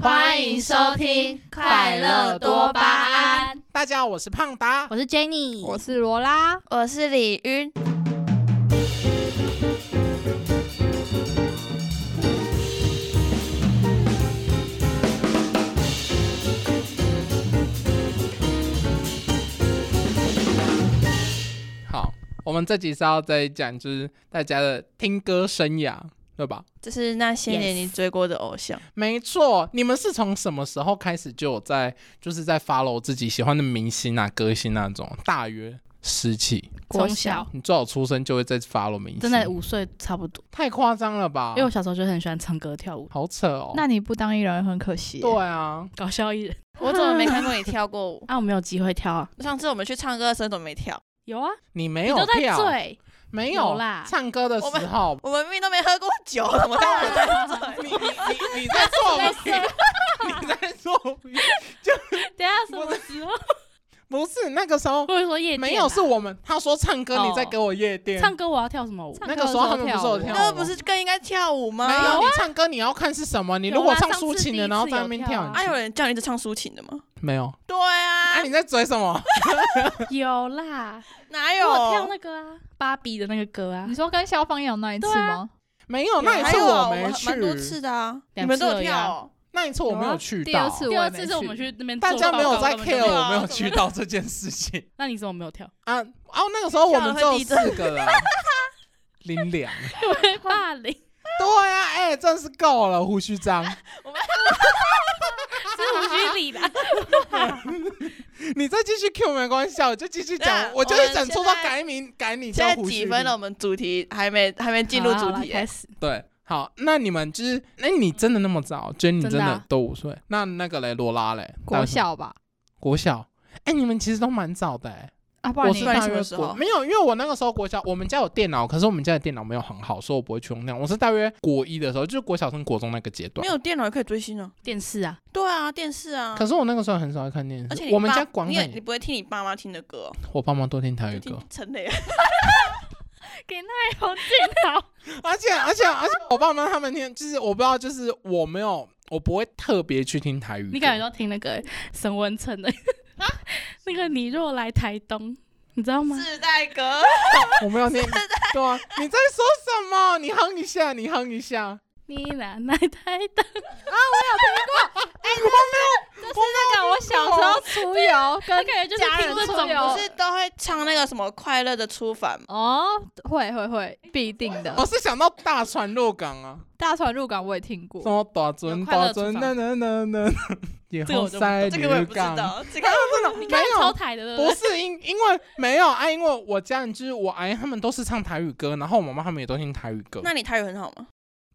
欢迎收听《快乐多巴胺》，大家好，我是胖达。我是 Jenny，我是罗拉，我是李云。好，我们这集是要再讲，就是大家的听歌生涯，对吧？就是那些年你追过的偶像，没错，你们是从什么时候开始就有在，就是在 follow 自己喜欢的明星啊、歌星那种？大约十几，从小你最好出生就会在 follow 明星，真的五岁差不多，太夸张了吧因为？我小时候就很喜欢唱歌跳舞，好扯哦。那你不当艺人很可惜耶。对啊，搞笑艺人我怎么没看过 你跳过舞？啊，我没有机会跳啊，上次我们去唱歌的时候你怎么没跳？有啊，你没你有都在跳，醉，没有啦唱歌的时候，我们明明都没喝过酒，怎么到我在你你你你在 哦做弊，你在做弊，等一下什么时候？不是那个时候我会说夜店吧啊没有，是我们他说唱歌，哦你在给我夜店唱歌我要跳什么舞？那个时候他们不是有跳这？舞那不是更应该跳舞吗？没有，你唱歌你要看是什么。你如果唱抒情的，有啦然后在那边跳上次第一次有跳，啊，有人叫你一直唱抒情的吗？没有？对啊啊，，你在追什么？ 有啦，哪我有跳有？那个啊，芭比的那个歌啊你，说跟消防友那一次吗？没有，那一还次有啊我没们蛮多次去，的啊，你两次们都有而已跳啊哦。那一次我没有去第二到。次第我二也没次是我们去，去那边大做家没有报告在根本就 care 没有我啊没有去到这件事情 那你怎么没有跳？ 啊！哦，那个时候我们只有四 个人，林良。被霸凌，对呀，哎，真是够了，胡 须章， 是无须理啦。你再继续 Q 没关系啊，我就继续讲，那我就是我想们出到现在改名改你现叫在胡须。几分了？我们主题还没还没进入好主啦好啦题耶开，始，对，好，那你们就是，那你真的那么早？Jenny 真真的啊的都五岁？那那个嘞，罗拉嘞，大国概什么小吧？国小，哎、你们其实都蛮早的哎、啊，不然我你是不然你大什约么时国候没有，因为我那个时候国小，我们家有电脑，可是我们家的电脑没有很好，所以我不会去用那样。我是大约国一的时候，就是国小升国中那个阶段没。有电脑也可以追星啊。电视啊，对啊，电视啊。可是我那个时候很少会看电视，而且你我们爸家广你也你美，不会听你爸妈听的歌哦，我爸妈都听台语就歌 听，陈磊。给那有电脑，而且而且而且我爸妈他们听，就是我不知道，就是我没有，我不会特别去听台语歌。 你感觉到听那个沈文成的啊 那个你若来台东，你知道吗？世代歌，我没有听，对啊，你在说什么？你哼一下，你哼一下。你哪来台 东？啊 哎那个我小时候出游那跟感觉就是听这种家人出游不不是是都会唱那个什么快乐的出返吗？哦，会会会，必定的我。是想到大船入港啊，大船入港我也听什过，么大船有快乐大船，厨那房那那那，也这个后我就不塞这个我也入不知港。道，这个你没看超有，台的，对不不对？是因因为没有啊，因为我家人就是我阿姨他们都是唱台语歌，然后我妈妈他们也都听台语歌。 那你台语很好吗？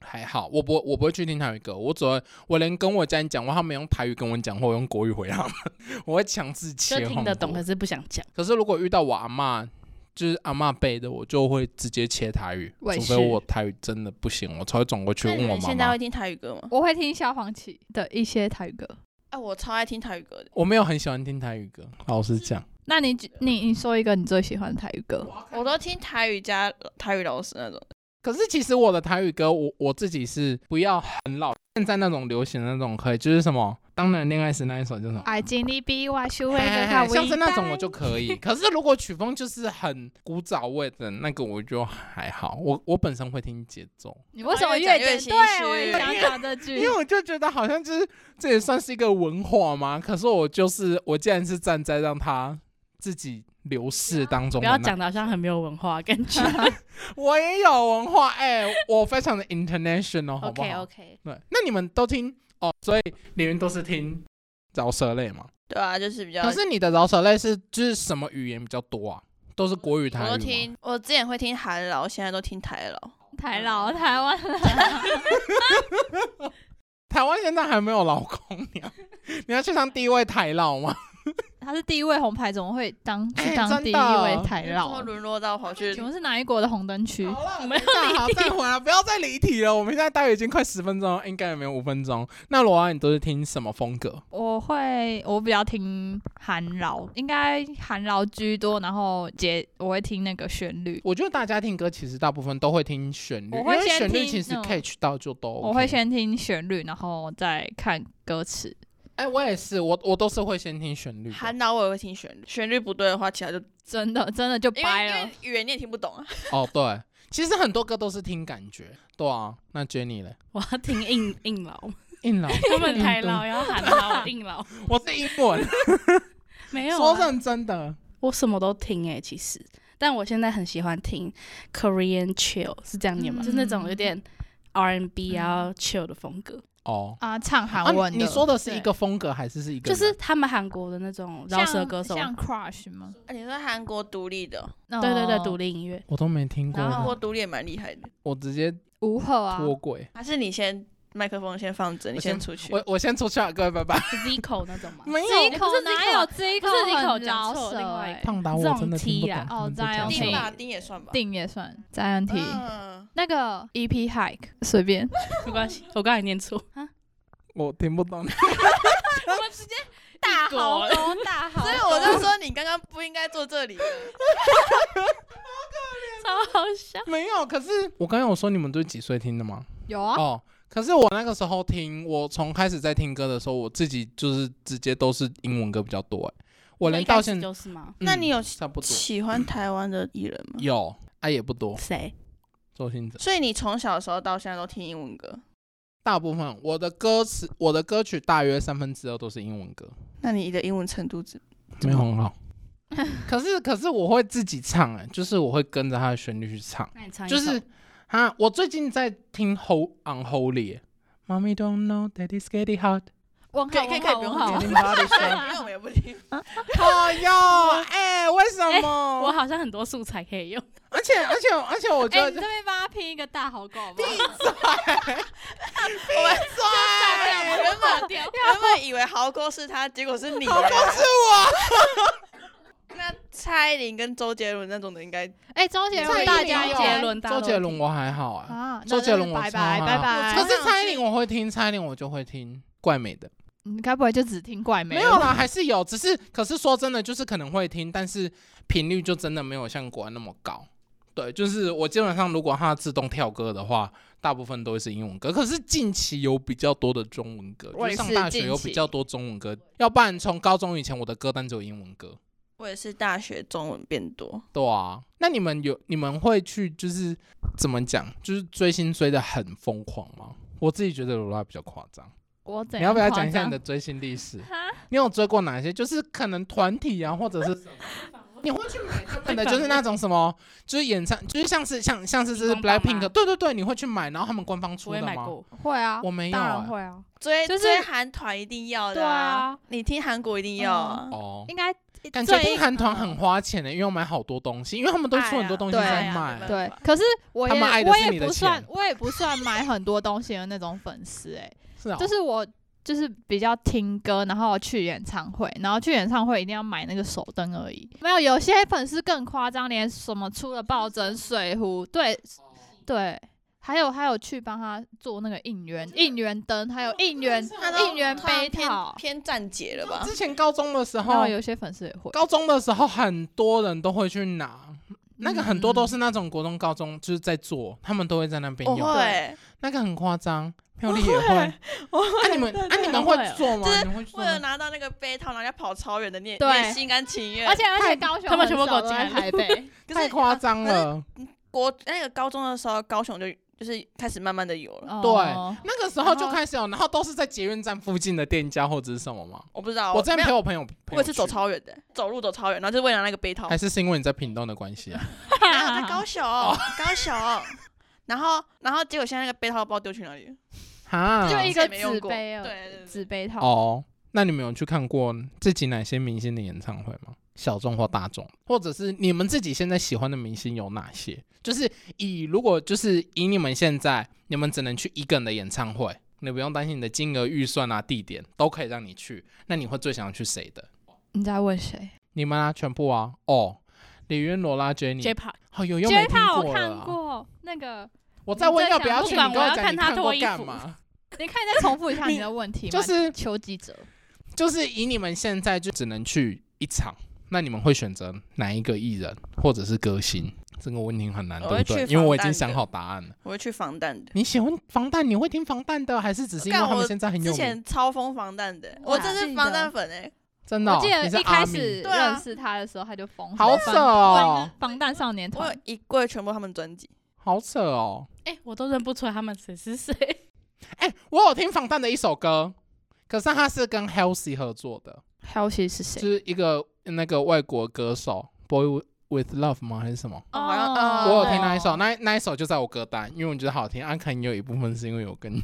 还好，我不我不会去听台语歌，我只会我连跟我家人讲话，他们用台语跟我讲话，我用国语回他们， 我会强制切就换。听得懂，可是不想讲。可是如果遇到我阿嬷，就是阿嬷背的，我就会直接切台语，我也除是非我台语真的不行，我才会转过去那你问我们妈现在妈会。听台语歌吗？我会听消防器的一些台语歌。哎，我超爱听台语歌的。我没有很喜欢听台语歌，老实讲，那你嗯你你说一个你最喜欢的台语歌？我都听台语加台语老师那种，可是其实我的台语歌，我我自己是不要很老，现在那种流行的那种可以，就是什么《当然恋爱时》那一首就是什么。啊爱情你比我修会哎更哎 好哎像是那种我就可以，可是如果曲风就是很古早味的那个，我就还好。我我本身会听节奏，你为什么越讲越越讲心对，我也虚想讲这句 因为。我就觉得好像就是这也算是一个文化嘛。可是我就是我，既然是站在让它自己流逝当中不的要那，讲的好像很没有文化感 觉。 我也有文化，哎、我非常的 international，好不 OK 好 OK，对，那你们都听哦，所以你们都是听饶舌类嘛？对啊，就是比较。可是你的饶舌类是就是什么语言比较多啊？都是国语、台语我吗都听，我之前会听韩老，现在都听台老。台老台湾 台湾现在还没有老公娘，你要去当第一位台老吗？他是第一位红牌，怎么会当去哎当真第一的位台然后老？沦落到跑去请问是哪一国的红灯区？好了，我们那 好，再回来，不要再离题了。我们现在大约已经快十分钟了，应该也没有五分钟。那罗安，你都是听什么风格？我会，我比较听韩饶，应该韩饶居多，然后节我会听那个旋律，我觉得大家听歌其实大部分都会听旋律，我因会为先旋律听其实嗯 catch 到就都 OK、我会先听旋律，然后再看歌词。哎、我也是，我我都是会先听旋律的。韩导，我也会听旋律，旋律不对的话，其他就真的，真的就因为掰因了为。语言你也听不懂啊。哦，对，其实很多歌都是听感觉。对啊，那 Jenny 嘞？我要听硬硬 劳，硬 朗，他们台老要喊老硬劳，我是英文，没有、说啊，认真的。我什么都听哎、其实，但我现在很喜欢听 Korean chill，是这样念吗？嗯就那种有点 R&B 啊 chill 的风格，哦，啊，唱啊韩文你的、你说的是一对个风格还是是一个就人？是他们韩国的那种饶舌歌手，像像 Crush 吗？啊你说韩国独立的，对对对，哦独立音乐。我都没听过然韩后的，国独立也蛮厉害的。我直接吴赫啊，脱轨。还是你先麦克风先放着，你我先先出去。我我先出去啊了，各位拜拜。 Zico 那种嘛，没这一哎不口是哪 Zico 有这一口不是 Zico，很讲饶错舌另外一欸个胖达我真的听不懂。哦他们在讲这什丁样么吧，丁也算吧。定也算 Zion T，、嗯，那个 EP Hike 随便，没关系，我刚才念错，我听不懂。大豪功大豪所以我就说你刚刚不应该坐这里。超好笑。 没有，可是我刚刚有说你们都是几岁听的吗？有啊，哦，可是我那个时候听，我从开始在听歌的时候，我自己就是直接都是英文歌比较多、欸。我连到现在，就是吗？那你有有差 不多喜欢台湾的艺人吗？有啊，也不 多。谁？周星哲所以你从小的时候到现在都听英文歌，大部分我的歌词，我的歌曲大约三分之二都是英文歌，那你的英文程度怎没有很好。可是可是我会自己唱、欸，就是我会跟着它的旋律去唱。那你唱一首就是啊，我最近在听《Ho Unholy》，Mommy don't know that it's getting hot 。问可以号可以问可以号不用问号讲，getting body 对，因 shape。为我们也不听。哦哟，哎，为什么？我好像很多素材可以用。而且而且而且，我觉哎，得你这边帮他拼一个大好狗吧，帅，原本掉原本以为豪哥是他，结果是你。豪哥是我。那蔡依林跟周杰伦那种的应该哎，周杰蔡依伦林大家有啊应周杰该伦，周杰伦我还好啊，啊，那周杰伦就是我拜超啊拜好拜拜，可是蔡依林我会听，蔡依林我就会听怪美的，你嗯该不会就只听怪美？没有，啦，还是有，只是可是说真的，就是可能会听，但是频率就真的没有像国外那么高。对，就是我基本上如果它自动跳歌的话，大部分都会是英文歌。可是近期有比较多的中文歌，我就也是是上大学有比较多中文歌，要不然从高中以前我的歌单只有英文歌。我也是大学中文变多，对啊，那你们有你们会去就是怎么讲，就是追星追的很疯狂吗？我自己觉得罗拉比较夸张，我怎你样要不要夸讲一下张你的追星历史？哈你有追过哪些？就是可能团体啊，或者是 你会去买他 们的，就是那种什么，就是演唱，就是像是像像是这是荧光棒吗 Blackpink，对对对，你会去买，然后他们官方 出我也的买吗？过，会啊？我没有、当然欸，会啊，追、就是追韩团一定要的、对啊，你听韩国一定要、啊哦。应该感觉最嗯听韩团很花钱的、欸因为我买好多东西，因为他们都出很多东西对在啊对啊卖。对啊对，可是我他也们爱的我是你也的不算钱，我也不算买很多东西的那种粉丝哎、是啊、就是我就是比较听歌，然后去演唱会，然后去演唱会一定要买那个手灯而已。没有，有些粉丝更夸张，连什么出了抱枕、水壶，对哦对，还有还有去帮他做那个应援应援灯，还有应援哦他都应援突然杯偏套。偏站姐了吧？之前高中的时 然候后，有些粉丝也会，高中的时候很多人都会去拿，那个很多都嗯是那种国中、高中就是在做，他们都会在那边我哦用，哦会那个很夸张。妙丽也会， 那你们那你们会做吗就是？你们会做为了吗？拿到那个杯套，然后要跑超远的，你也对你也心甘情愿。而且而且高雄他们全部很给少都我在进来 台北，可太是夸啊张了！国那个高中的时候，高雄就就是开始慢慢的有了。哦那个时候就开始有，然后都是在捷运站附近的店家或者是什么吗？我不知道，我之前呃没陪有，我朋友，我也是走，超远的，走路走超远，然后就是为了拿那个杯套还。是是因为你在屏东的关 系啊？哦然后在高雄，高雄，然后然后结果现在那个杯套不知道丢去哪里了，哈，就一这也个没用纸过。杯对哦对对纸杯套。哦，那你们有去看过自己哪些明星的演唱会吗？小众或大众，或者是你们自己现在喜欢的明星有哪些？就是以如果就是以你们现在，你们只能去一个人的演唱会，你不用担心你的金额、预算啊、地点都可以让你去，那你会最想要去谁的？你在 问谁？你们啊，全部啊，哦，李云、罗拉、 J Jenny， Park 好、哦、有又 J 没听 Park 过我了看啊。过那 个，我再问要不要去，你你真想跟不管我讲你我要看他看过脱衣干服嘛？你可以 再重复一下你的问题吗？就是求记者，就是以你们现在就只能去一场，那你们会选择哪一个艺人或者是歌星？这个问题很难，我对会不对？去因为防我已经弹想的好答案了。我会去防弹的。你喜欢防弹，你会听防弹的，还是只是因为干他们我现在很之有名？前超疯防弹的，我我哪真是记防得弹粉哎！真的哦、我记得你是一阿开米始对啊认识他的时候，他就疯狂好扯哦，防弹少年我团有，一柜全部他们专辑，好扯哦。哎、我都认不出来他们谁是 谁。哎、我有听防弹的一首歌，可是他是跟 Halsey 合作的，还有谁是就谁？是一个那个外国歌手 Boy with Love 吗？还是什么？哦好像呃我有听那一首，那那一首就在我歌单，因为我觉得好听。啊，可能有一部分是因为我跟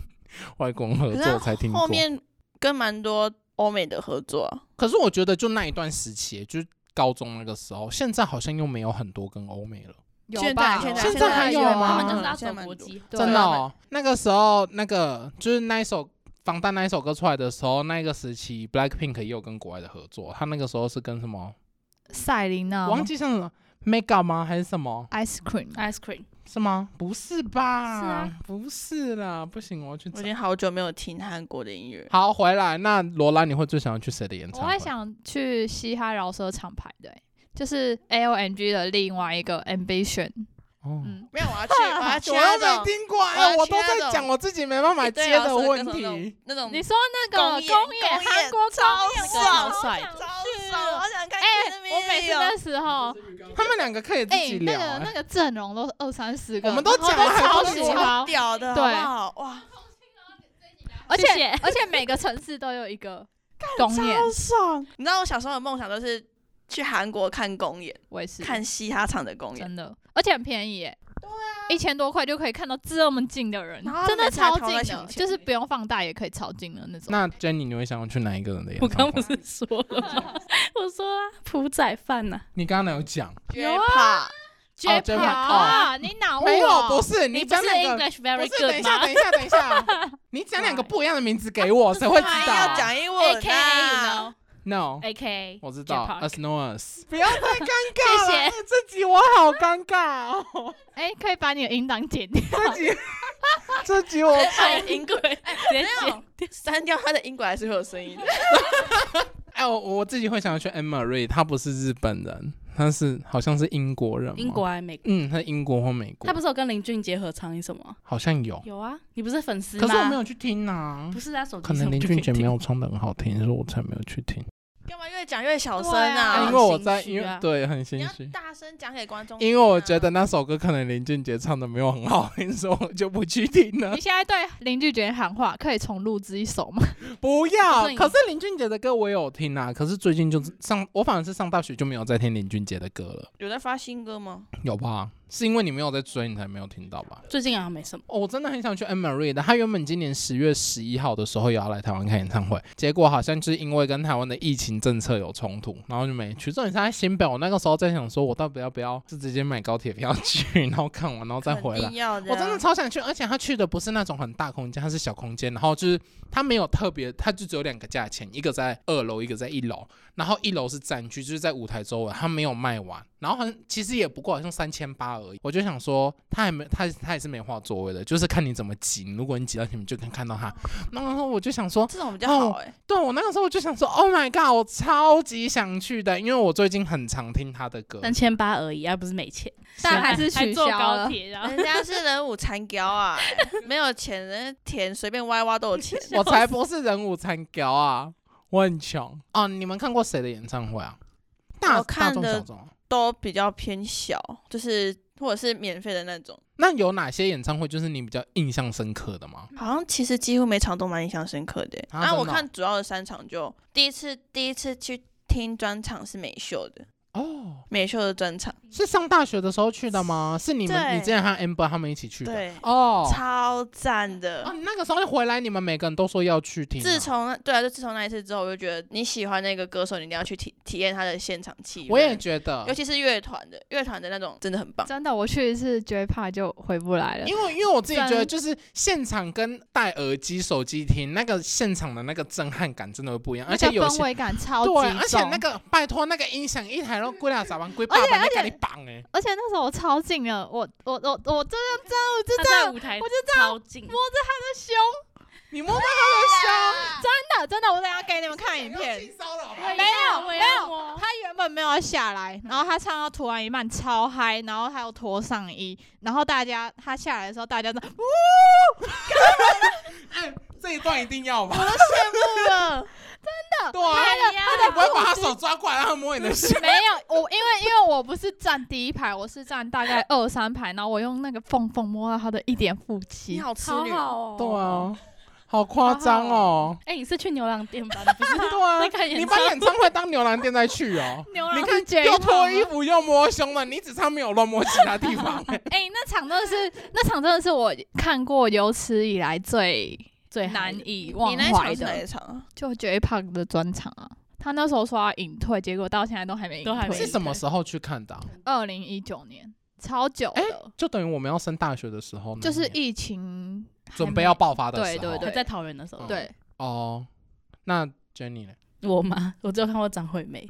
外公合可是他作才听过。后面跟蛮多欧美的合作啊，可是我觉得就那一段时期，就是高中那个时候，现在好像又没有很多跟欧美了。有现吧？在现在现在还有吗他们就是嗯要现在走蛮国多际化。真对的哦，那个时候那个就是那一首防弹那一首歌出来的时候，那个时期 Blackpink 也有跟国外的合作，他那个时候是跟什么？赛琳哦娜忘记像什么 Mega 吗？还是什么？ ，Ice Cream， Ice cream，是吗？不是吧？是啊不是啦，不行，我要去我找已。经好久没有听韩国的音乐。好，回来。那罗拉，你会最想要去谁的演唱我会？会想去嘻哈饶舌厂牌的、欸就是 A O M G 的另外一个 Ambition，哦，嗯，没有，我要去，我要去啊我那 又没种啊听过我要啊，去我都那在种讲我自己没办法一堆接饶的舌歌问手题。 那种你那种说那个公演公公演演韩国公演超那个爽超帅，超爽，我好想看哎、 KTV 我每次哦那时候，他们两个可以自哎、己那聊、个那欸。个阵容都是二三十个，我们都讲了然后还都不超行超喜欢，屌的，哦对好不好？哇，而且谢谢而且每个城市都有一 个公演，超爽！你知道我小时候的梦想就是去韩国看公演，我也是看嘻哈场的公演，真的，而且很便宜、耶，对啊，一千多块就可以看到这么近的人然后，真的每次还超投近在的，墙前就是不用放大也可以超近的那种。那 Jenny，你会想要去哪一个人的演我唱刚会？不是说了吗？ 我说啊，朴仔饭呐、你刚刚有讲，绝怕。哦 J ，J-pop Park 啊，你哪 没有？不我是，你你不讲是两个， English very 不是，等一 good 下，吗等一下，等一下，你讲两个不一样的名字给我，谁会知哎道要啊讲英文？A K A 呐、 you ？No， know，A K A 我知道 J-pop ，As n o s 不要再尴尬了，谢哎这集我好尴尬哦，哎、可以把你的音档剪掉。 这集 这集我太英国，直接没有剪 删掉他的音轨还是会有声音的。哎，我我自己会想要去 Emma Ray，她不是日本人，她是好像是英国人，英国，还是美国？嗯，她英国或美国，他不是有跟林俊杰合唱一首吗？好像有，有啊，你不是粉丝吗？可是我没有去听啊，不是啊，手机可能上林就可以 俊杰没有听唱的很好听，所以我才没有去听。干嘛越讲越小声啊啊、啊？因为我心在，虚因为、啊对很你心要虚，大声讲给观众听啊、因为我觉得那首歌可能林俊杰唱的没有很好听，所以我就不去听了你。现在对林俊杰喊话，可以重录制一首吗？不要不是，你可是林俊杰的歌我也有听啊，可是最近就是上，我反而是上大学就没有再听林俊杰的歌了，有在发新歌吗？有吧？是因为你没有在追，你才没有听到吧？最近好像没什么。哦我真的很想去 Anne Marie 的，她原本今年十月十一号的时候也要来台湾看演唱会，结果好像就是因为跟台湾的疫情政策有冲突，然后就没去。重点是在新北，我那个时候在想说，我到底要不要就直接买高铁票去，然后看完然后再回肯来定。要的啊、哦我真的超想去，而且他去的不是那种很大空间，他是小空间，然后就是他没有特别，他就只有两个价钱，一个在二楼，一个在一楼，然后一楼是占区，就是在舞台周围，他没有卖完，然后好像其实也不过好像三千八而已，我就想说他还没他他也是没画座位的，就是看你怎么挤，如果你挤到前面就能看到他，然后我就想说，这种比较好哎、对我那个时候我就想说，Oh my god，我超级想去的，因为我最近很常听他的歌，三千八而已，而不是没钱，但还是取消坐高了。哎铁，然后 人家是人五残雕啊、没有钱，人家田随便挖挖都有钱。 我才不是人五残屌啊，我很穷哦。你们看过谁的演唱会啊？大我看大众的小众。都比较偏小，就是或者是免费的那种。那有哪些演唱会就是你比较印象深刻的吗？好像其实几乎每场都蛮印象深刻的欸。啊然后我真的哦看主要的三场就，第一次第一次去听专场是美秀的，哦，哦，美秀的专场，是上大学的时候去的吗？是你们，对你之前和 Amber 他们一起去的？对哦，超赞的。哦，你那个时候一回来，你们每个人都说要去听啊、自从那对啊，就自从那一次之后，我就觉得你喜欢那个歌手，你一定要去体体验他的现场气氛。我也觉得尤，其是乐团的，乐团的那种真的很棒。真的，我去一次 J p a 就回不来了。因为因为我自己觉得，真就是现场跟戴耳机、手机听那个现场的那个震撼感真的会不一样，而且那个有氛些围感超级对重，，而且那个拜托那个音响一台，然后贵俩咋玩贵爸爸在给你绑哎，而且那时候我超紧了，我我我我这样这样，我就他这样在舞台我就超近，的胸，你摸到他的胸，真的真的，我等一下给你们看影片。哎性骚扰吧没没有没有有他原本没有要下来，然后他唱到突然一半超嗨，然后他又脱上衣，然后大家他下来的时候，大家都呜哎，这一段一定要 吧？了，对啊，他你不会把他手抓过来，然后 摸你的胸？没有我，因为因为我不是站第一排，我是站大概二三排，然后我用那个缝缝摸到他的一点腹你肌，好痴好女，好哦。对，啊，好夸张哦。哎，你是去牛郎店吧？你不是对啊在看，演你唱把会演唱会当牛郎店再去哦。牛郎你是绝看，又脱望衣吗服又摸胸了，你只差没有乱摸其他地 方、欸哎、那场真的是，那场真的是我看过有史以来最最难难以以你忘那一场怀是哪一的，场啊？就 J Park 的专场啊。他那时候说要隐退，结果到现在都还没隐都还没是退。什么时候去看的啊、二零一九年，超久哎嗯的，就等于我们要升大学的时候呢，就是疫情还准备没要爆发的时对候。对还对在桃园的时候，对，哦，那 Jenny 呢？我吗？我只有看过张惠妹，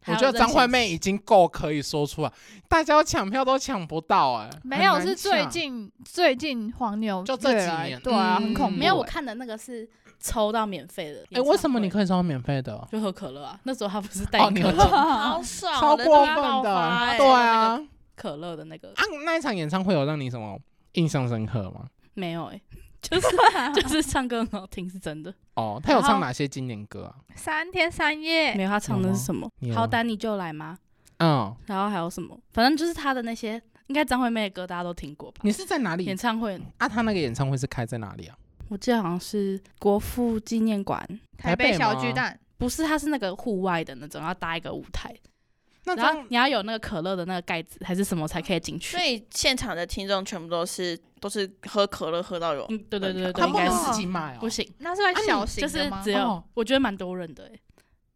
还我有觉得张惠任贤妹已经够可以说出来，大家要抢票都抢不到哎、没有很难是最抢近最近黄牛就这几越来年对啊，很恐齐怖。嗯没有，我哎看的那个是抽到免费的演欸哎、唱会。为什么你可以收到免费的？就喝可乐啊？那时候他不是带哦，你你可有乐好爽啊，超我的过大分爆的，发欸对啊可乐的那个啊！那一场演唱会有让你什么印象深刻吗？没有哎，就是就是唱歌很好听是真的，哦，他有然唱后嗯哪些经典歌啊？三天三夜没有他唱的是什么有？吗啊好丹你就来吗？嗯，然后还有什么？反正就是他的那些，应该张惠妹的歌大家都听过吧？你是在哪里演唱会，啊？他那个演唱会是开在哪里啊？我记得好像是国父纪念馆，台台北北小吗巨蛋，不是，它是那个户外的那种，要搭一个舞台，那然后张你要有那个可乐的那个盖子还是什么才可以进去所。以现场的听众全部都是都是喝可乐喝到有，嗯，对对对对对，他应不该能是自己买哦，不行，那是你小型啊就的是吗只有哦我觉得蛮多人的欸，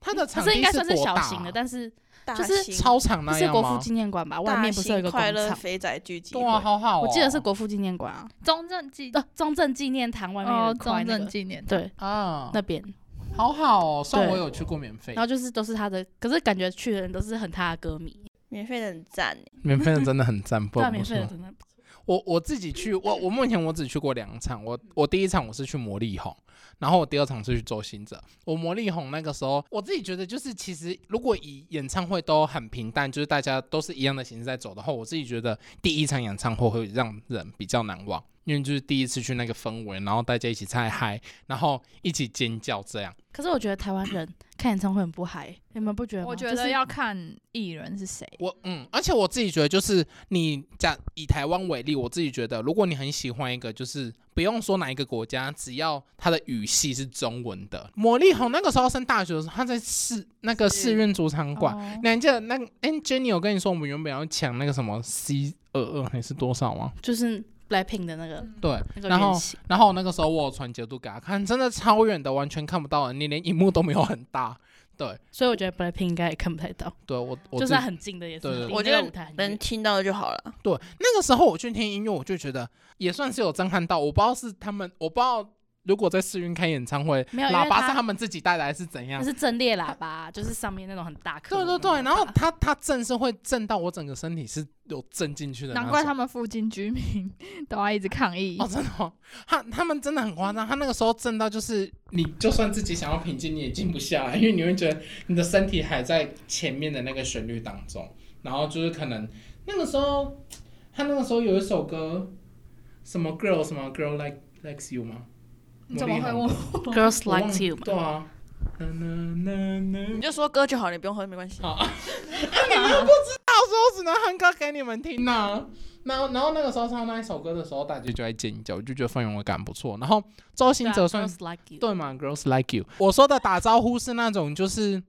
他的可场是应地该算是多小大型的，啊？但是大就是型操场不那是样国父吗？纪念馆吧？外大面不是有一个型广快乐场？肥宅聚集对啊，会？好好哦，我记得是国父纪念馆啊，中正纪呃，中正纪念堂外面有哦，一块那中正个，哦纪念堂对，啊，那边。好好哦，算对我有去过免费然，后就是都是他的，可是感觉去的人都是很他的歌迷，免费的很赞欸，免费的真的很赞，不大得啊免不费的说。真的不错。我我自己去，我我目前我只去过两场，我我第一场我是去魔力红，然后我第二场是去周星哲。我魔力红那个时候，我自己觉得就是其实如果以演唱会都很平淡，就是大家都是一样的形式在走的话，我自己觉得第一场演唱会会让人比较难忘，因为就是第一次去那个氛围，然后大家一起在嗨，然后一起尖叫这样。可是我觉得台湾人看演唱会很不嗨，你们不觉得吗？我觉就得是要看艺人是谁。我嗯，而且我自己觉得，就是你讲以台湾为例，我自己觉得，如果你很喜欢一个，就是不用说哪一个国家，只要它的语系是中文的，魔力红那个时候升大学的时候，他在世那个世运主场馆，哦你还记得那个？哎、j e n n y 有跟你说我们原本要抢那个什么 C 二二还是多少吗？就是 Blackpink 的那个对，那个然后原型，然后那个时候我有传截图给他看，真的超远的，完全看不到的，你连荧幕都没有很大。所以我觉得 Blackpink 应该也看不太到，对我，我就自算己很近的也是对对很对近，我觉那个得舞台很能远听到就好了。对，那个时候我去听音乐，我就觉得也算是有震撼到。我不知道是他们，我不知道如果在试运开演唱会，没有因为喇叭他是他们自己带来是怎那样。是阵列喇叭，就是上面那种很大颗对的那对种喇叭。对，然后它它震是会震到我整个身体是有震进去的那种，难怪他们附近居民 都要一直抗议。哦，真的、哦，他他们真的很夸张，他那个时候震到就是你就算自己想要平静，你也静不下来，因为你会觉得你的身体还在前面的那个旋律当中，然后就是可能那个时候他那个时候有一首歌，什么 girl 什么 girl like likes you 吗？你怎么会问我我？ Girls 忘了 Like You 嘛对，啊，那那那那，你就说歌就好，你不用喝没关系。好，啊你们 不知道，所以我只能哼歌给你们听呐、啊然后，然后那个时候唱那一首歌的时候，大家就在尖叫，我就觉得氛围感不错。然后周对兴啊哲算 Girls Like You，对嘛，Girls Like You。我说的打招呼是那种就是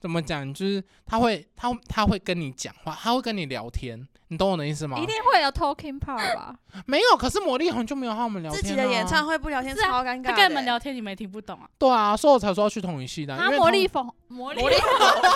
怎么讲，就是他会他他会跟你讲话，他会跟你聊天，你懂我的意思吗一？定会有 talking part 吧？没有，可是魔力红就没有和我们聊自天、己啊、的演唱会不聊天是啊超尴尬的欸。他跟你们聊天，你们也听不懂啊。对啊，所以我才说要去同一系的啊，因啊，为魔他 力粉，魔力魔力逢，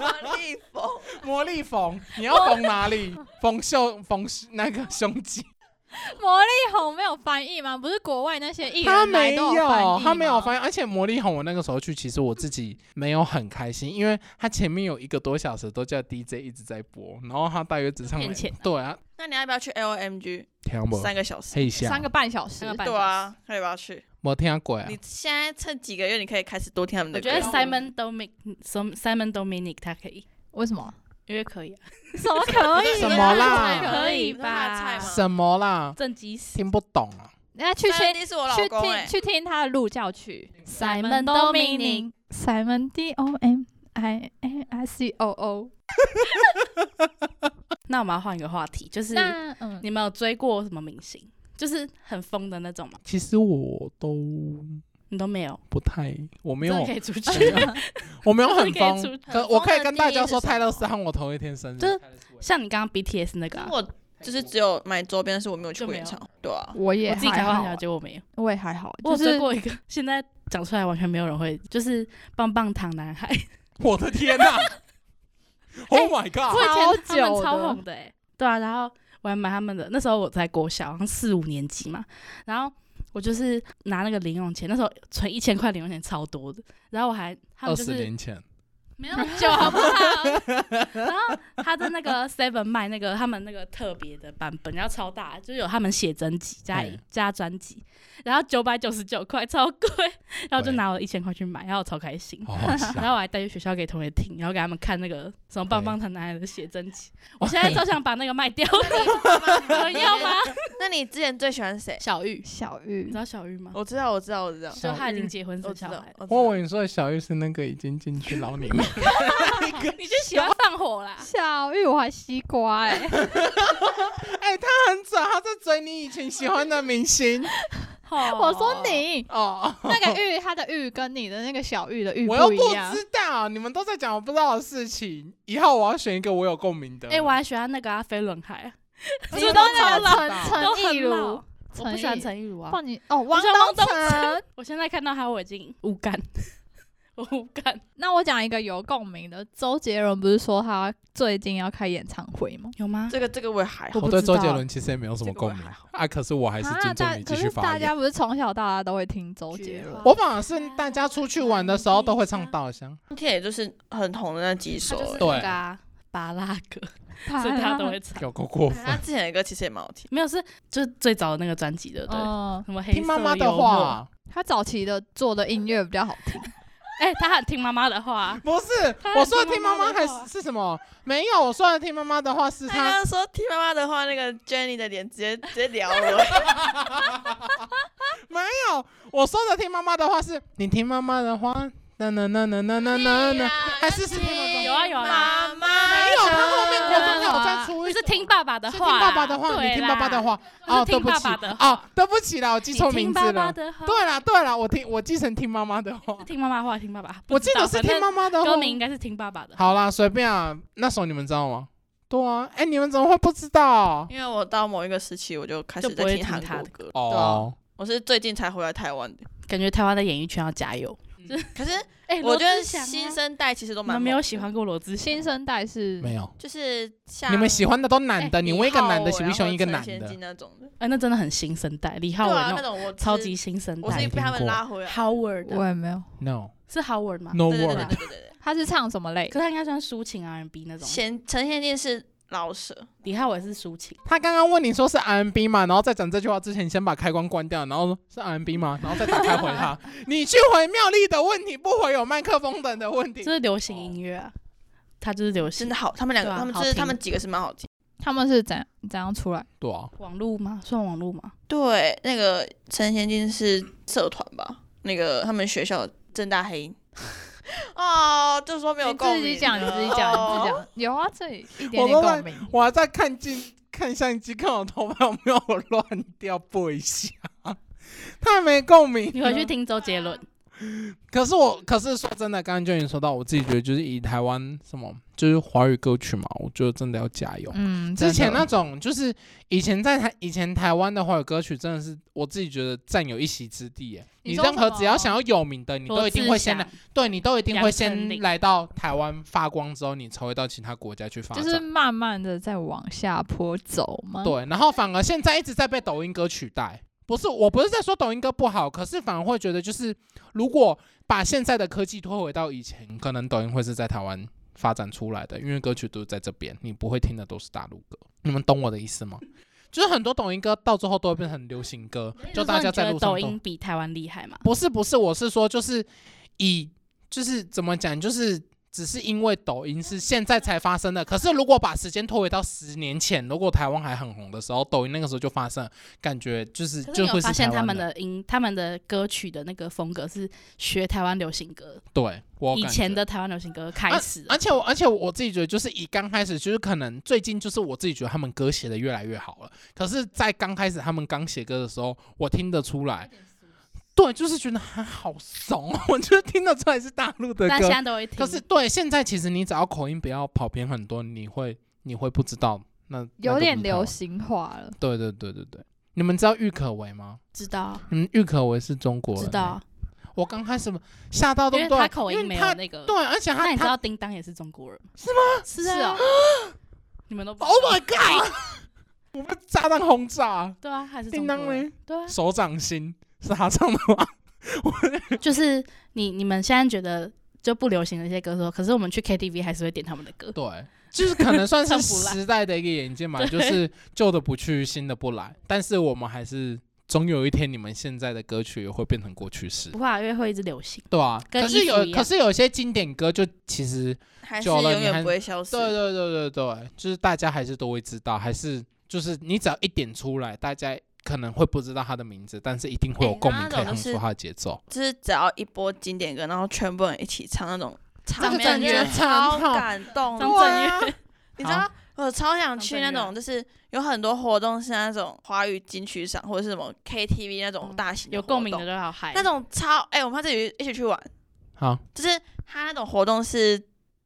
魔力逢，魔力缝，你要缝哪里？缝袖缝那个胸肌， 魔力红没有翻译吗？不是国外那些艺他人来没都翻译哦有吗，他没有发现，而且魔力红我那个时候去，其实我自己没有很开心，因为他前面有一个多小时都叫 DJ 一直在播，然后他大约只唱了骗钱啊对啊，那你要不要去 LMG 听不？三个小时？黑三箱个半小时三个。半对啊，可以不要去？没听过啊你，现在趁几个月，你可以开始多听他们的我歌。觉得 Simon Dominic Simon Dominic 他可以，为什么？因为可以啊，什么可以？什么啦什么可可以以吧吧？什么啦？正极死听不懂啊！人家去虽先然你是我老去公哎听，去听他的路教曲 Simon Dominic Dominic，Simon D O M I N I C O O。那我们要换一个话题，就是那嗯，你们有追过什么明星？就是很疯的那种吗？其实我都你都没有，不太，我没真有的，可以出去了。 我没有很可以出疯，可我可以跟大家说，泰勒斯很和我同一天生日，就是 像你刚刚 BTS 那个啊、可是我就是只有买周边，但是我没有去过就没演有唱。对 啊，我也我自己还开玩好笑，，结果我没有。我也还好，我有就是追过一个，现在讲出来完全没有人会，就是棒棒糖男孩，我的 天呐哎！Oh 我 my god！以前他们久的超红的、欸，对啊，然后我还买他们的，那时候我在国小，好像四五年级嘛，然后。我就是拿那个零用钱，那时候存一千块零用钱超多的，然后我还他二们就十是 年前，没有酒好不 好？然后他在那个 Seven 卖那个他们那个特别的版本，然后超大，就是有他们写真集加嗯加专辑，然后九百九十九块，超贵， 然后就拿我一千块去买，然后我超开心。好好笑然后我还带去学校给同学听，然后给他们看那个什么棒棒糖男孩的写真 集。我现在超想把那个卖掉，有要吗？ 那你之前最喜欢谁？小玉，小你玉知，道小玉吗？我知道，我知道，我知道，就他已经结婚我生知哦小道。孩了，我知道哦我以为你说的小玉是那个已经进去老 年了，你就喜欢放火 啦？小玉，我还西瓜哎、哎，他很准，他在追你以前喜欢的 明星 我说 你哦。那个玉，他的玉跟你的那个小玉的玉我又一不样。知道，你们都在讲我不知道的事情。以后我要选一个我有共鸣的。哎、我还喜欢那个啊，飞轮海，你知都道那超个老陈都陈很亦儒老，我不喜欢奕陈亦儒啊。放你哦，汪喜欢汪东东城。我现在看到他，我已经无感， 我无感。那我讲一个有共鸣的，周杰伦不是说他最近要开演唱会吗？有吗？这个这个我也还好我，我不哦对知周道杰伦其实也没有什么这个我共也鸣还好。啊，可是我还是尊重大你继可续是发大言。家不是从小到大都会听周杰伦？我反而是大家出去玩的时候都会唱稻香，今天也就是很红的那几首就是欸。对那个啊，巴拉格， 所以大家都会唱。有够过分。他之前的歌其实也蛮好听，没有是就是最早的那个专辑的，对，嗯，什么黑色听妈妈的幽默。话，他早期的做的音乐比较好听。哎、他很听妈妈的话啊，不是他，我说的哎听听妈妈妈妈的还话是是什么？没有，我说的听妈妈的话是他他刚刚说听妈妈的话，那个 Jenny 的脸直接直接聊了。没有，我说的听妈妈的话是你听妈妈的话，那那那那那那那那，还哎是是听妈妈的有啊有啊妈妈没有，他后面国中还有再出一就首是听爸爸的是话听啦，爸爸的话，对你听爸爸的啦，话，就是哦，对听不爸起爸的，话哦，对不起啦，我记你错听名爸字爸了。的话对啦对啦，我听我继承听妈妈的话是，听妈妈的话，听爸爸。我记得是听妈妈，妈的反话正歌。名应该是听爸爸的。好啦，随便啊，那首你们知道吗？对啊，哎，你们怎么会不知道？因为我到某一个时期，我就开始就不在会听听韩他国的歌。哦，我是最近才回来台湾的，感觉台湾的演艺圈要加油。可是哎、我罗觉得志祥啊新生代其实都你们蛮没有猛喜欢过罗志祥？新生代是没有。就是像你们喜欢的都男的，哎你问一个男的，喜不喜喜欢欢一个男的的？那种的？哎、那真的很新生代，李浩对文啊，那那种种我超是级新生我代是被他们拉回来。 ，Howard 啊我也没有。 No, 是 Howard 吗？ no 对对对对 word。对对对，他是唱什么类可？是他应该算抒情 R&B 那种，前陈宪进是老舍，李浩文是抒情，他刚刚问你说是 RMB 嘛，然后在讲这句话之前，先把开关关掉，然后说是 RMB 嘛，然后再打开回他。你去回妙丽的问题，不回有麦克风等的问题就。是流行音乐啊，他就是流真行的好，他们两个，对啊他们好就是他听们几个是蛮好听。他们是怎样怎样出来？对啊，网络吗？算网络吗？对，那个陈贤进是社团吧？那个他们学校正大黑。哦，就说没有你共鸣自了。己讲，你自己讲，你自哦。己讲。有啊，这里一点我点都在共鸣。我还在看镜看相机，看我头发有没有乱掉，拨一下。太没共鸣。你回去。听周杰伦，可是我，可是说真的，刚刚就已经说到，我自己觉得就是以台湾什么，就是华语歌曲嘛，我觉得真的要加油。嗯，之前真的那种就是以前在台以前台湾的华语歌曲，真的是我自己觉得占有一席之地耶。你你说任何什只要么想要有名的，你都罗一定志会先来祥，对你都一定杨会丞先琳来到台湾发光之后，你才会到其他国家去发展。就是慢慢的在往下坡走吗？，对，然后反而现在一直在被抖音歌取代。不是，我不是在说抖音歌不好，可是反而会觉得，就是如果把现在的科技推回到以前，可能抖音会是在台湾发展出来的，因为歌曲都是在这边，你不会听的都是大陆歌。你们懂我的意思吗？就是很多抖音歌到最后都会变成流行歌，就大家在你路觉得抖上都音比台湾厉害嘛？不是不是，我是说就是以就是怎么讲，就是只是因为抖音是现在才发生的。可是如果把时间拖回到十年前，如果台湾还很红的时候，抖音那个时候就发生了，感觉就是可是就你会有是发现台他湾们的的音、他们的歌曲的那个风格是学台湾流行歌，对，我以感前觉啊的台湾流行歌开始的。而且我，而且我自己觉得，就是以刚开始，就是可能最近就是我自己觉得他们歌写的越来越好了。可是，在刚开始他们刚写歌的时候，我听得出来，对，就是觉得他好怂， 我就听得出来是大陆的但歌现。在都会听，可是对，现在其实你只要口音不要跑偏很多，你会你会不知道那有点流。那就不是行化了。台湾对对对对对，你们知道郁可唯吗？知道嗯，郁可唯是中国人。知道，，我刚开始吓到都因不为他对，口音因为没他有那个。对，而且那他你知他道叮当也是中国人是吗？是是啊啊， 你们都不知道 Oh my God！我被炸弹轰炸，对啊，还是叮中当国人嘞，对啊，手掌心是他唱的吗？就是你你们现在觉得就不流行的一些歌手，可是我们去 KTV 还是会点他们的歌。对，就是可能算是唱不烂时代的一个眼镜嘛，对就是旧的不去，新的不来。但是我们还是总有一天，你们现在的歌曲也会变成过去式不，怕，因为会一直流行。对啊。跟可是衣服有，一样可是有些经典歌就其实，还是久了永你还远不会消失。对对对对对，就是大家还是都会知道，还是就是你只要一点出来，大家可能会不知道他的名字，但是一定会有哎共鸣那可种以哼就是出他的节奏。就是只要一波经典歌，然后全部人一起唱那种，个场面感觉超很好感动的。张震岳， 你知道我超想去张那震种，就是有很多活动是那种华语金曲赏或者是什么 KTV 那种嗯大型有共鸣的活动就好嗨。那种超哎、我们自己一起去玩，好，就是他那种活动是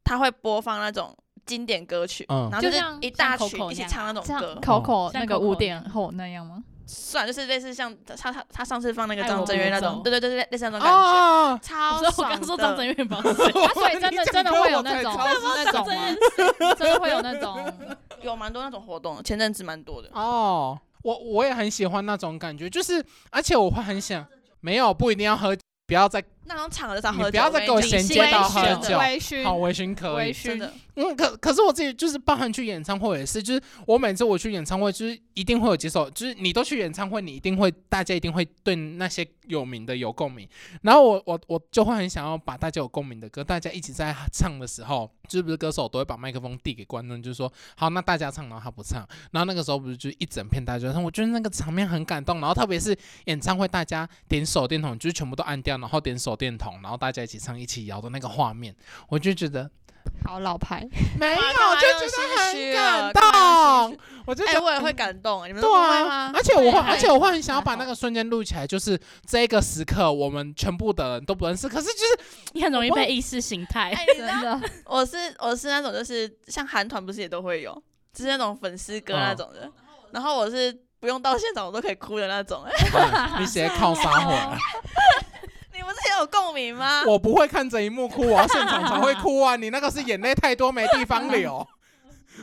他会播放那种经典歌曲，嗯然后就就是像一大像群 Coco 一起那样唱那种像歌，哦 Coco 像那个 Coco 五那点后那样 吗？算就是类似像他他他上次放那个爱张我震不岳那走种，对对对对，类似那种感觉，哦，超 所以我爽刚说的张震岳不知道 是谁啊，所以 真的真的会有那种我才是那种吗？ 真的会有那种有蛮多那种活动，前阵子蛮多的。哦，我我也很喜欢那种感觉，就是而且我会很想，没有不一定要喝，不要再那种场合上你喝酒，不要再给我我衔理接性到一喝点酒微醺好微醺可微以。真醺的，嗯，可可是我自己就是包含去演唱会也是，就是我每次我去演唱会，就是一定会有几首，就是你都去演唱会，你一定会大家一定会对那些有名的有共鸣。然后我我我就会很想要把大家有共鸣的歌，大家一起在唱的时候，就是不是歌手都会把麦克风递给观众，就是说好，那大家唱，然后他不唱，然后那个时候不是就一整片大家唱，我觉得那个场面很感动。然后特别是演唱会，大家点手电筒就是全部都按掉，然后点手电筒，然后大家一起唱一起摇的那个画面，我就觉得好老牌，没有，啊干嘛就用觉得心很虚感啊干嘛用动心。我就觉哎、得我也会感动，你们对都不会啊吗，？哎而且我会，对而且我会很想要把还好那个瞬间录起来，就是这个时刻，我们全部的人都不认识，可是就是你很容易被意识形态。哎、你真知道 的我是我是那种就是像韩团不是也都会有，就是那种粉丝歌那嗯种的。然后我是不用到现场我都可以哭的那种。 哎你写靠撒谎，你们是也有共鸣吗？我不会看着一幕哭，我要现场才会哭啊！你那个是眼泪太多没地方流，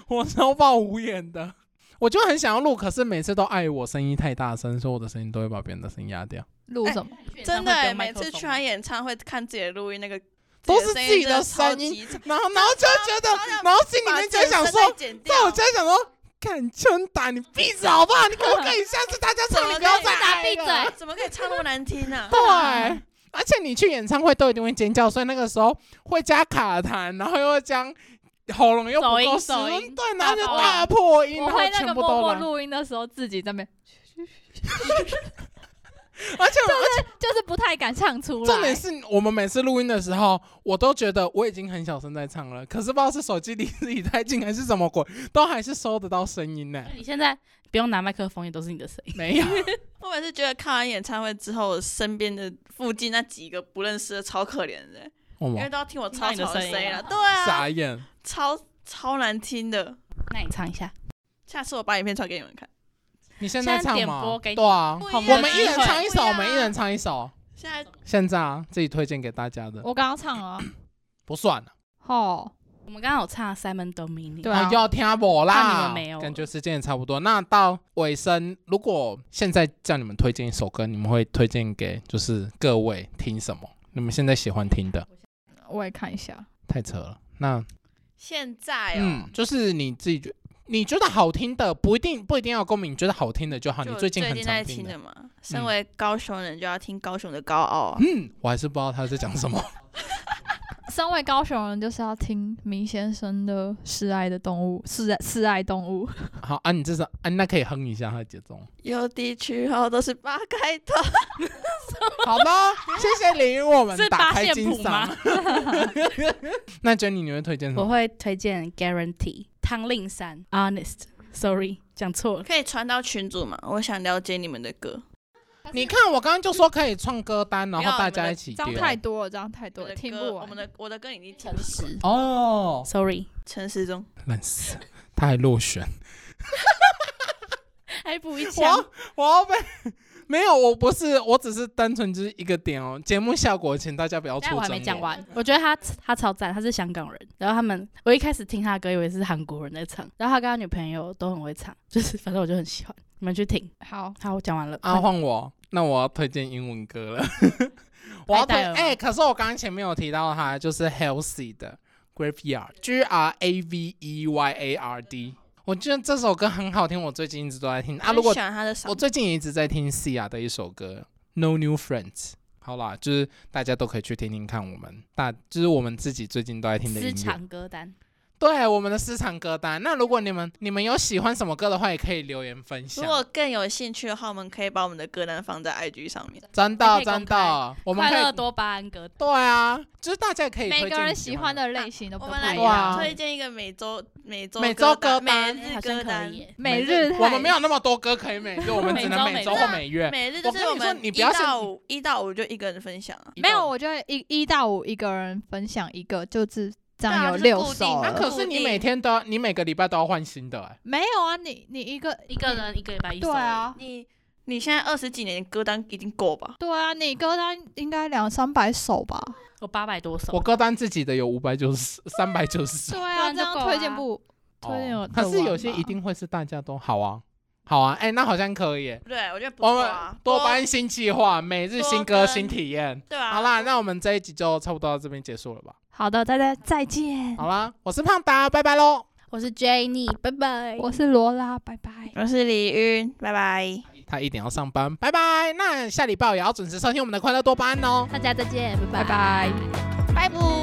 我超爆无言的。我就很想要录，可是每次都碍于我声音太大声，所以我的声音都会把别人的声音压掉，录什么？真的、哎，欸，每次去完演唱会看自己的录音，那个都是自己的的声音音，真的超级然后然后就觉得，然后心里把面自就己的想声说，带剪掉在我家想说，看春打你闭嘴好不好？你可不可以下次大家唱，你不要再打挨了。怎么可以唱那么难听呢、啊？啊 对，而且你去演唱会都一定会尖叫，所以那个时候会加卡痰，然后又会将喉咙又不够湿走音走音对，然后就大爆音大破音，我然后会那全个部默都默来。录音的时候自己在那边，而 且我 就是不太敢唱出重来点。是我们每次录音的时候，我都觉得我已经很小声在唱了，可是不知道是手机离自己太近还是什么鬼，都还是收得到声 音呢。你现在不用拿麦克风，也都是你的声音。没有，我每次觉得看完演唱会之后，我身边的附近那几个不认识的超可怜的，哦我因为们都要听我超吵声听到你的声音音啊了，对啊，傻眼。超超难听的。那你唱一下，下次我把影片传给你们看。你现在唱现在点吗播？给你对啊，不一好样我们一人机会唱一首，不我样们一人唱一首。现在现在啊，自己推荐给大家的我刚刚 唱了，啊不算啊了，哦，我们刚刚有唱 Simon Dominic，对啊哎要听我那你啦。们没有了感觉时间也差不多。那到尾声，如果现在叫你们推荐一首歌，你们会推荐给就是各位听什么？你们现在喜欢听的？我也看一下。太扯了。那现在哦嗯，，就是你自己觉你觉得好听的，不一定不一定要共鸣，你觉得好听的就好。就你我最最近很近常在听听的的，嘛。身为高雄人，就要听高雄的高傲啊。嗯，我还是不知道他在讲什么。 身为高雄人，就是要听明先生的《示爱的动物》，示爱示爱动物。好啊，你至少啊，那可以哼一下他的节奏。有地区后都是八开头，嗯 好的，谢谢你为我们是打八开线金谱嗓吗。 那 Jenny 你会推荐什我么？会推荐 Guarantee 汤令山 Honest，Sorry 讲错了。可以传到群组嘛？我想了解你们的歌，你看我刚刚就说可以创歌单，然不后要大家一起这丢样。太多了，这样太多我了，的听歌不我完们。的我的歌你一听诚实哦， ，Sorry，陈时中，烂死，他还落选。还补一我要我要被 没有，我不是，我只是单纯就是一个点哦。节目效果，请大家不要出但征我我。还没讲完，我觉得他他超赞，他是香港人。然后他们，我一开始听他的歌以为是韩国人在唱，然后他跟他女朋友都很会唱，就是反正我就很喜欢。你们去听。好，好，我讲完了。啊，换我，那我要推荐英文 歌了。我要推太带了哎、可是我刚刚前面有提到它，就是 Healthy 的 Graveyard，G R A V E Y A R D。我觉得这首歌很好听，我最近一直都在听啊。我如果喜欢他的嗓我音，最近也一直在听 s i a 的一首歌《No New Friends》。好啦，就是大家都可以去听听看，我们大就是我们自己最近都在听的私音乐。藏歌单，对，我们的私藏歌单。那如果你们你们有喜欢什么歌的话，也可以留言分享如。果更有兴趣的话，我们可以把我们的歌单放在 IG 上面。真也可的以真公开的，我们快可乐以多巴胺歌单。对啊，就是大家也可以每推个荐人你喜欢的类类型都不我们太来一样哇样。推荐一个每周每周每周歌单每好日像歌可单以，耶，每日我们没有那么多歌可以每日，我们只能每每周周每或周每月。每日就我是跟我你说们你一不要到是五一到五就一个人分享啊。没有，我觉得一一到五一个人分享一个，就是这对样啊有就是六固定首的那、了。可是你每天都要，你每个礼拜都要换新的、欸，没有啊，你你一个一个人一个礼拜一首。对，啊，你你现在二十几年歌单已经够吧？对啊，你歌单应该两三百首吧？我八百多我首。歌单自己的有五百九十、 三百九十 对首。啊，这样这样就够啊推荐不？推荐有哦可得是有玩些吧一定会是大家都好啊，好啊，哎、那好像可以、欸。对，我觉得不我错们啊。多巴胺新计划，每日新歌多跟新体验。对啊，好啦，那我们这一集就差不多到这边结束了吧？好的，大家再见。好啦，我是胖达，拜拜喽。我是 Jenny，拜拜。我是罗拉，拜拜。我是李云，拜拜。他一点要上班，拜拜。那下礼拜也要准时收听我们的快乐多巴胺哦。大家再见，拜拜拜拜拜。拜拜。